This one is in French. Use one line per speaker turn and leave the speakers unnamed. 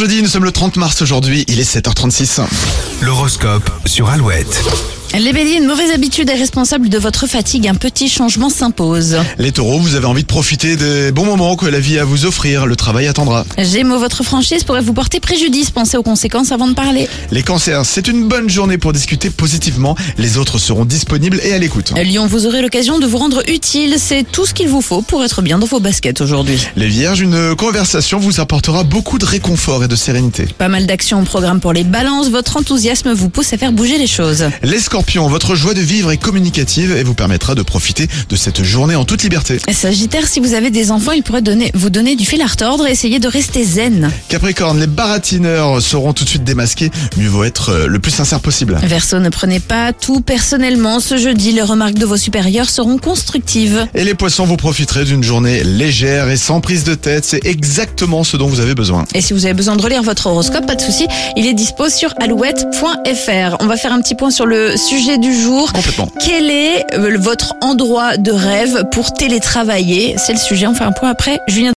Jeudi, nous sommes le 30 mars aujourd'hui, il est 7h36.
L'horoscope sur Alouette.
Les béliers, une mauvaise habitude est responsable de votre fatigue. Un petit changement s'impose.
Les taureaux, vous avez envie de profiter des bons moments que la vie a à vous offrir, le travail attendra.
Gémeaux, votre franchise pourrait vous porter préjudice. Pensez aux conséquences avant de parler.
Les cancers, c'est une bonne journée pour discuter positivement, les autres seront disponibles et à l'écoute.
Lyon, vous aurez l'occasion de vous rendre utile. C'est tout ce qu'il vous faut pour être bien dans vos baskets aujourd'hui.
Les vierges, une conversation vous apportera beaucoup de réconfort et de sérénité.
Pas mal d'actions au programme pour les balances. Votre enthousiasme vous pousse à faire bouger les choses.
Les scorpions, votre joie de vivre est communicative et vous permettra de profiter de cette journée en toute liberté.
Sagittaire, si vous avez des enfants, ils pourraient donner, vous donner du fil à retordre. Essayez de rester zen.
Capricorne, les baratineurs seront tout de suite démasqués, mieux vaut être euh, le plus sincère possible.
Verseau, ne prenez pas tout personnellement. Ce jeudi, les remarques de vos supérieurs seront constructives.
Et les poissons, vous profiterez d'une journée légère et sans prise de tête, c'est exactement ce dont vous avez besoin.
Et si vous avez besoin de relire votre horoscope, pas de souci, il est dispo sur alouette.fr. On va faire un petit point sur le sujet du jour.
Complètement.
Quel est euh, votre endroit de rêve pour télétravailler C'est le sujet, on fait un point après. Julien